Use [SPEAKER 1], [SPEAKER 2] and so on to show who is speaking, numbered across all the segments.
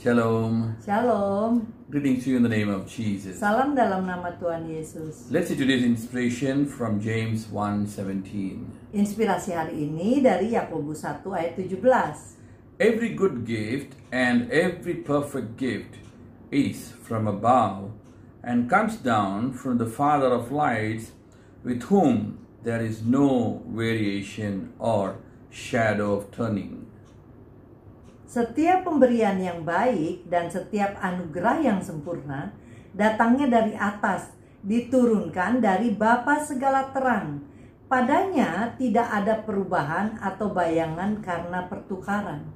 [SPEAKER 1] Shalom.
[SPEAKER 2] Shalom.
[SPEAKER 1] Greetings to you in the name of Jesus.
[SPEAKER 2] Salam dalam nama Tuhan Yesus.
[SPEAKER 1] Let's see today's inspiration from James 1:17.
[SPEAKER 2] Inspirasi hari ini dari Yakobus 1 ayat 17.
[SPEAKER 1] Every good gift and every perfect gift is from above and comes down from the Father of lights, with whom there is no variation or shadow of turning.
[SPEAKER 2] Setiap pemberian yang baik dan setiap anugerah yang sempurna datangnya dari atas, diturunkan dari Bapa segala terang. Padanya tidak ada perubahan atau bayangan karena pertukaran.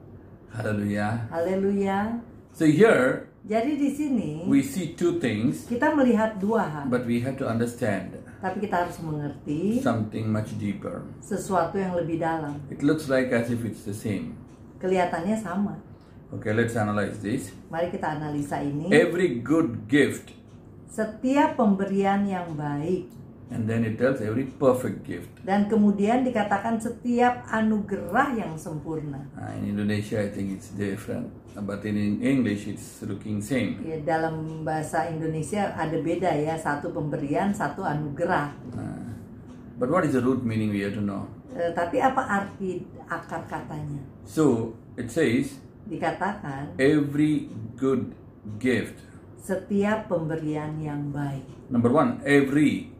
[SPEAKER 1] Hallelujah.
[SPEAKER 2] Haleluya.
[SPEAKER 1] So here
[SPEAKER 2] Jadi di sini
[SPEAKER 1] we see two things,
[SPEAKER 2] kita melihat dua hal,
[SPEAKER 1] but we have to understand
[SPEAKER 2] tapi kita harus mengerti
[SPEAKER 1] something much deeper.
[SPEAKER 2] sesuatu yang lebih dalam.
[SPEAKER 1] It looks like as if it's the same.
[SPEAKER 2] Kelihatannya sama.
[SPEAKER 1] Okay, let's analyze this.
[SPEAKER 2] Mari kita analisa ini.
[SPEAKER 1] Every good gift,
[SPEAKER 2] Setiap pemberian yang baik
[SPEAKER 1] and then it tells every perfect gift.
[SPEAKER 2] dan kemudian dikatakan setiap anugerah yang sempurna.
[SPEAKER 1] Uh, in Indonesia, I think it's different, uh, but in English, it's looking same.
[SPEAKER 2] Ya, dalam bahasa Indonesia ada beda ya, satu pemberian, satu anugerah.
[SPEAKER 1] Uh, but what is the root meaning? We have to know.
[SPEAKER 2] Eh, tapi apa arti akar katanya?
[SPEAKER 1] So it says
[SPEAKER 2] Dikatakan
[SPEAKER 1] every good gift.
[SPEAKER 2] setiap pemberian yang baik.
[SPEAKER 1] Number one, every.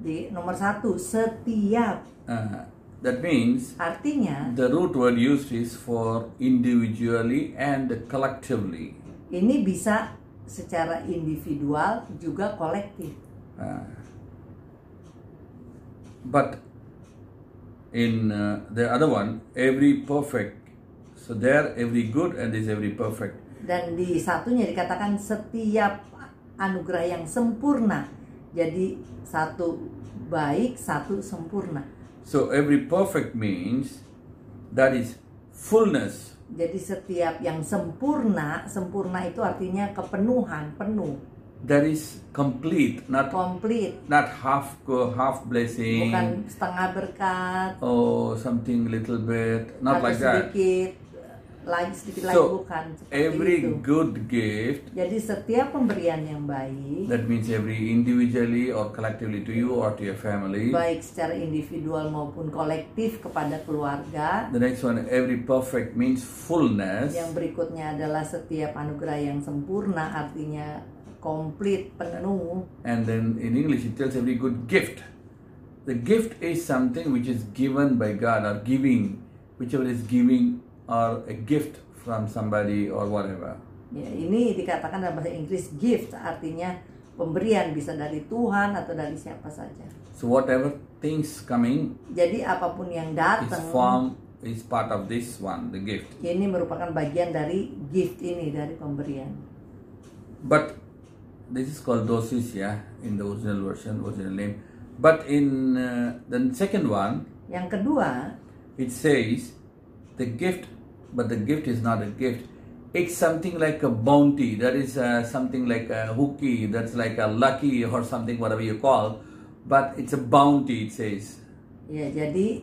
[SPEAKER 2] Di nomor satu, setiap.
[SPEAKER 1] Uh, that means
[SPEAKER 2] Artinya
[SPEAKER 1] the root word used is for individually and collectively.
[SPEAKER 2] ini bisa secara individual juga kolektif.
[SPEAKER 1] Uh, but in uh, the other one, every perfect. So there, every good and is every perfect.
[SPEAKER 2] Dan di satunya dikatakan setiap anugerah yang sempurna. Jadi satu baik, satu sempurna.
[SPEAKER 1] So every perfect means that is fullness.
[SPEAKER 2] Jadi setiap yang sempurna, sempurna itu artinya kepenuhan, penuh,
[SPEAKER 1] That is complete, not
[SPEAKER 2] komplit,
[SPEAKER 1] not half go half blessing
[SPEAKER 2] bukan setengah berkat
[SPEAKER 1] or something little bit, not
[SPEAKER 2] atau
[SPEAKER 1] like that.
[SPEAKER 2] sedikit lagi sedikit lagi
[SPEAKER 1] So
[SPEAKER 2] bukan seperti
[SPEAKER 1] every
[SPEAKER 2] itu.
[SPEAKER 1] good gift
[SPEAKER 2] Jadi setiap pemberian yang baik,
[SPEAKER 1] that means every individually or collectively to you or to your family.
[SPEAKER 2] baik secara individual maupun kolektif kepada keluarga,
[SPEAKER 1] The next one, every perfect means fullness.
[SPEAKER 2] Yang berikutnya adalah setiap anugerah yang sempurna artinya komplit, penuh.
[SPEAKER 1] And then in English, it tells every good gift. The gift is something which is given by God or giving, whichever is giving or a gift from somebody or whatever.
[SPEAKER 2] Ya, ini dikatakan dalam bahasa Inggris gift artinya pemberian bisa dari Tuhan atau dari siapa saja.
[SPEAKER 1] So whatever things coming
[SPEAKER 2] Jadi apapun yang
[SPEAKER 1] is
[SPEAKER 2] datang
[SPEAKER 1] form is part of this one, the gift.
[SPEAKER 2] ini merupakan bagian dari gift ini dari pemberian.
[SPEAKER 1] But this is called dosis, yeah, in the original version, original name. But in uh, the second one,
[SPEAKER 2] Yang kedua,
[SPEAKER 1] It says the gift, but the gift is not a gift. It's something like a bounty. That is uh, something like a hooky. That's like a lucky or something, whatever you call. But it's a bounty. It says
[SPEAKER 2] ya jadi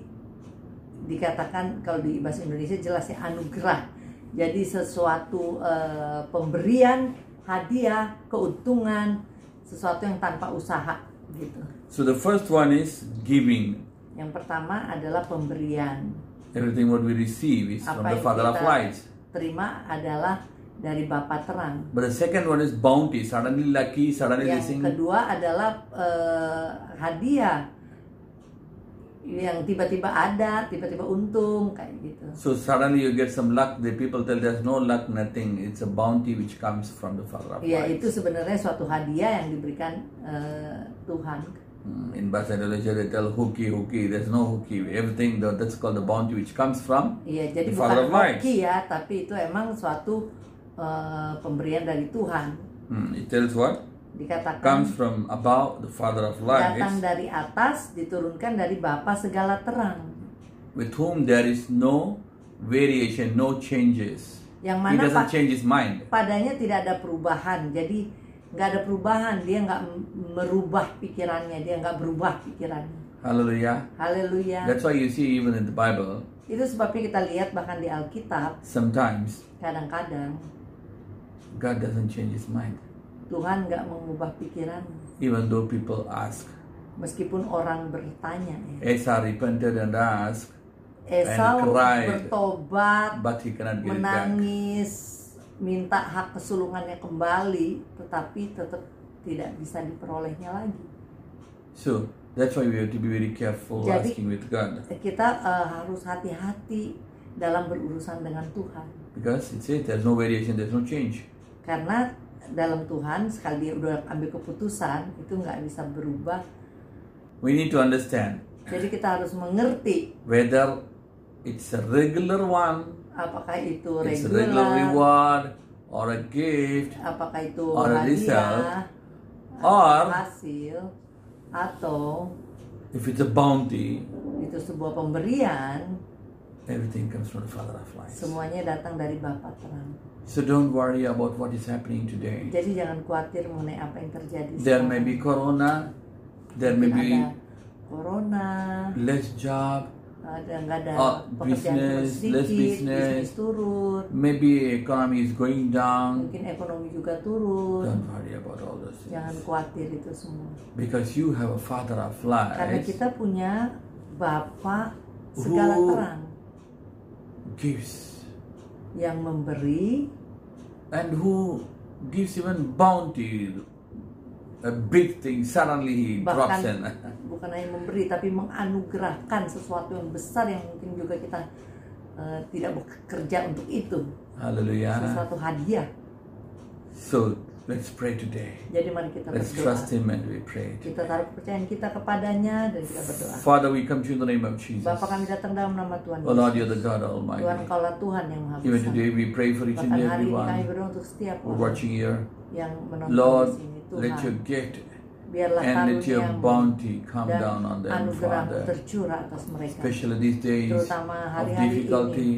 [SPEAKER 2] dikatakan kalau di bahasa Indonesia jelasnya anugerah. Jadi sesuatu eh, pemberian, hadiah, keuntungan, sesuatu yang tanpa usaha gitu.
[SPEAKER 1] so. The first one is giving.
[SPEAKER 2] Yang pertama adalah pemberian.
[SPEAKER 1] Everything what we receive is from
[SPEAKER 2] Apa
[SPEAKER 1] the
[SPEAKER 2] yang
[SPEAKER 1] Father of
[SPEAKER 2] kita
[SPEAKER 1] Lights.
[SPEAKER 2] terima adalah dari Bapa Terang.
[SPEAKER 1] But the second one is bounty. Suddenly lucky. Suddenly this
[SPEAKER 2] Yang
[SPEAKER 1] thing.
[SPEAKER 2] kedua adalah eh, hadiah yang tiba-tiba ada, tiba-tiba untung kayak gitu.
[SPEAKER 1] So suddenly you get some luck. The people tell there's no luck, nothing. It's a bounty which comes from the Father of
[SPEAKER 2] Ya
[SPEAKER 1] Lights.
[SPEAKER 2] itu sebenarnya suatu hadiah yang diberikan eh, Tuhan.
[SPEAKER 1] Mm, In Bahasa Indonesia they tell hooky hooky. There's no hooky. Everything tho- that's called the bounty which comes from.
[SPEAKER 2] Iya
[SPEAKER 1] The
[SPEAKER 2] jadi
[SPEAKER 1] Father of
[SPEAKER 2] bukan
[SPEAKER 1] Lights.
[SPEAKER 2] hoki ya, tapi itu emang suatu eh, pemberian dari Tuhan.
[SPEAKER 1] Mm, It tells what
[SPEAKER 2] Dikatakan
[SPEAKER 1] comes from above the Father of
[SPEAKER 2] Hmm.
[SPEAKER 1] lights,
[SPEAKER 2] datang dari atas, diturunkan dari Bapa segala terang.
[SPEAKER 1] with whom there is no variation, no changes.
[SPEAKER 2] Yang
[SPEAKER 1] He
[SPEAKER 2] mana
[SPEAKER 1] doesn't
[SPEAKER 2] pa-
[SPEAKER 1] change his mind.
[SPEAKER 2] padanya tidak ada perubahan. Jadi nggak ada perubahan, dia nggak m- merubah pikirannya, dia nggak berubah pikirannya.
[SPEAKER 1] Hallelujah.
[SPEAKER 2] Haleluya.
[SPEAKER 1] That's why you see even in the Bible
[SPEAKER 2] Itu sebabnya kita lihat bahkan di Alkitab
[SPEAKER 1] sometimes
[SPEAKER 2] kadang-kadang
[SPEAKER 1] God doesn't change his mind.
[SPEAKER 2] Tuhan nggak mengubah pikiranmu
[SPEAKER 1] Even though people ask,
[SPEAKER 2] meskipun orang bertanya ya.
[SPEAKER 1] Asa repented and asked,
[SPEAKER 2] Esau
[SPEAKER 1] And cried.
[SPEAKER 2] bertobat
[SPEAKER 1] but he cannot get it back.
[SPEAKER 2] menangis minta hak kesulungannya kembali tetapi tetap tidak bisa diperolehnya lagi
[SPEAKER 1] So that's why we have to be very careful
[SPEAKER 2] Jadi-
[SPEAKER 1] asking with God
[SPEAKER 2] kita eh, harus hati-hati dalam berurusan dengan Tuhan
[SPEAKER 1] because it's it. There's no variation. There's no change.
[SPEAKER 2] karena dalam Tuhan sekali dia udah ambil keputusan itu nggak bisa berubah
[SPEAKER 1] We need to understand
[SPEAKER 2] jadi kita harus mengerti
[SPEAKER 1] whether it's a regular one,
[SPEAKER 2] apakah itu
[SPEAKER 1] it's a regular
[SPEAKER 2] regular
[SPEAKER 1] reward or a gift,
[SPEAKER 2] apakah itu
[SPEAKER 1] Or a result.
[SPEAKER 2] hadiah
[SPEAKER 1] or
[SPEAKER 2] hasil atau
[SPEAKER 1] if it's a bounty,
[SPEAKER 2] itu sebuah pemberian
[SPEAKER 1] everything comes from the Father of Lights.
[SPEAKER 2] semuanya datang dari Bapa terang
[SPEAKER 1] So don't worry about what is happening today.
[SPEAKER 2] jadi jangan khawatir mengenai apa yang terjadi
[SPEAKER 1] There
[SPEAKER 2] sekarang.
[SPEAKER 1] may be corona, there may
[SPEAKER 2] Mungkin
[SPEAKER 1] be
[SPEAKER 2] ada corona
[SPEAKER 1] less job,
[SPEAKER 2] ada nggak ada
[SPEAKER 1] Oh,
[SPEAKER 2] pekerjaan cuma
[SPEAKER 1] business,
[SPEAKER 2] sedikit
[SPEAKER 1] less business.
[SPEAKER 2] bisnis turun
[SPEAKER 1] maybe economy is going down.
[SPEAKER 2] mungkin ekonomi juga turun
[SPEAKER 1] Don't worry about all those
[SPEAKER 2] jangan
[SPEAKER 1] things
[SPEAKER 2] khawatir itu semua
[SPEAKER 1] because you have a Father of
[SPEAKER 2] karena
[SPEAKER 1] Lights
[SPEAKER 2] kita punya Bapa segala
[SPEAKER 1] Who-
[SPEAKER 2] terang
[SPEAKER 1] who gives
[SPEAKER 2] yang memberi
[SPEAKER 1] and who gives even bounty, a big thing. Suddenly he drops ya, nah.
[SPEAKER 2] bahkan
[SPEAKER 1] in.
[SPEAKER 2] bukan hanya memberi tapi menganugerahkan sesuatu yang besar yang mungkin juga kita eh, tidak bekerja untuk itu
[SPEAKER 1] Hallelujah.
[SPEAKER 2] sesuatu hadiah
[SPEAKER 1] So let's pray today.
[SPEAKER 2] jadi mari kita
[SPEAKER 1] Let's
[SPEAKER 2] berdoa
[SPEAKER 1] trust Him and we pray.
[SPEAKER 2] kita taruh kepercayaan kita kepadanya dan kita berdoa
[SPEAKER 1] Father, we come to you in the name of Jesus.
[SPEAKER 2] Bapa kami datang dalam nama Tuhan
[SPEAKER 1] O Oh, Lord,
[SPEAKER 2] Yesus.
[SPEAKER 1] you're the God
[SPEAKER 2] Tuhan
[SPEAKER 1] Almighty.
[SPEAKER 2] kaulah Tuhan yang maha
[SPEAKER 1] Even
[SPEAKER 2] besar
[SPEAKER 1] today, we pray for each and
[SPEAKER 2] bahkan hari ini kami
[SPEAKER 1] everyone
[SPEAKER 2] berdoa untuk setiap
[SPEAKER 1] who are
[SPEAKER 2] orang
[SPEAKER 1] watching here.
[SPEAKER 2] yang menonton
[SPEAKER 1] Lord,
[SPEAKER 2] di sini
[SPEAKER 1] let your
[SPEAKER 2] Tuhan
[SPEAKER 1] gift
[SPEAKER 2] biarlah
[SPEAKER 1] and let your
[SPEAKER 2] karuniamu
[SPEAKER 1] bounty come
[SPEAKER 2] dan
[SPEAKER 1] down on them,
[SPEAKER 2] anugerahmu
[SPEAKER 1] Father.
[SPEAKER 2] tercurah atas mereka
[SPEAKER 1] Especially these days
[SPEAKER 2] terutama
[SPEAKER 1] of
[SPEAKER 2] hari-hari ini
[SPEAKER 1] difficulty.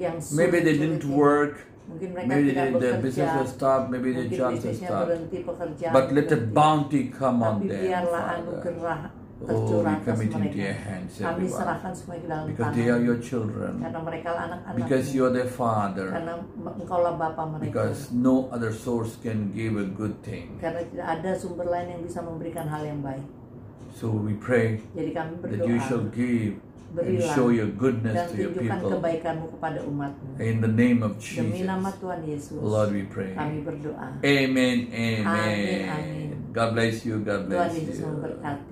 [SPEAKER 2] yang sulit
[SPEAKER 1] Maybe they didn't
[SPEAKER 2] ini.
[SPEAKER 1] work.
[SPEAKER 2] mungkin mereka
[SPEAKER 1] Maybe
[SPEAKER 2] tidak
[SPEAKER 1] they,
[SPEAKER 2] bekerja
[SPEAKER 1] their business was stopped. Maybe their
[SPEAKER 2] mungkin
[SPEAKER 1] jobs were
[SPEAKER 2] bisnisnya
[SPEAKER 1] stopped.
[SPEAKER 2] berhenti pekerjaan
[SPEAKER 1] But let the
[SPEAKER 2] berhenti.
[SPEAKER 1] bounty come on
[SPEAKER 2] tapi
[SPEAKER 1] them,
[SPEAKER 2] biarlah
[SPEAKER 1] Father.
[SPEAKER 2] anugerah
[SPEAKER 1] Oh, we
[SPEAKER 2] tercurah atas
[SPEAKER 1] commit into your
[SPEAKER 2] mereka
[SPEAKER 1] hands,
[SPEAKER 2] kami
[SPEAKER 1] everyone.
[SPEAKER 2] serahkan semua ke dalam
[SPEAKER 1] Because they are
[SPEAKER 2] tangan
[SPEAKER 1] your children.
[SPEAKER 2] karena mereka lah anak-anak
[SPEAKER 1] Because you are their father.
[SPEAKER 2] karena engkaulah bapa mereka
[SPEAKER 1] Because no other source can give a good thing.
[SPEAKER 2] karena tidak ada sumber lain yang bisa memberikan hal yang baik
[SPEAKER 1] So we pray
[SPEAKER 2] jadi kami
[SPEAKER 1] that you shall
[SPEAKER 2] berdoa
[SPEAKER 1] give and
[SPEAKER 2] berilah
[SPEAKER 1] show your
[SPEAKER 2] dan
[SPEAKER 1] goodness to your
[SPEAKER 2] tunjukkan
[SPEAKER 1] people.
[SPEAKER 2] kebaikanmu kepada umatmu
[SPEAKER 1] In the name of
[SPEAKER 2] demi
[SPEAKER 1] Jesus,
[SPEAKER 2] nama Tuhan Yesus
[SPEAKER 1] Lord, we pray.
[SPEAKER 2] kami
[SPEAKER 1] Amen,
[SPEAKER 2] berdoa Amin,
[SPEAKER 1] amen.
[SPEAKER 2] amin.
[SPEAKER 1] God bless you, God
[SPEAKER 2] Tuhan
[SPEAKER 1] bless
[SPEAKER 2] Yesus
[SPEAKER 1] you.
[SPEAKER 2] memberkati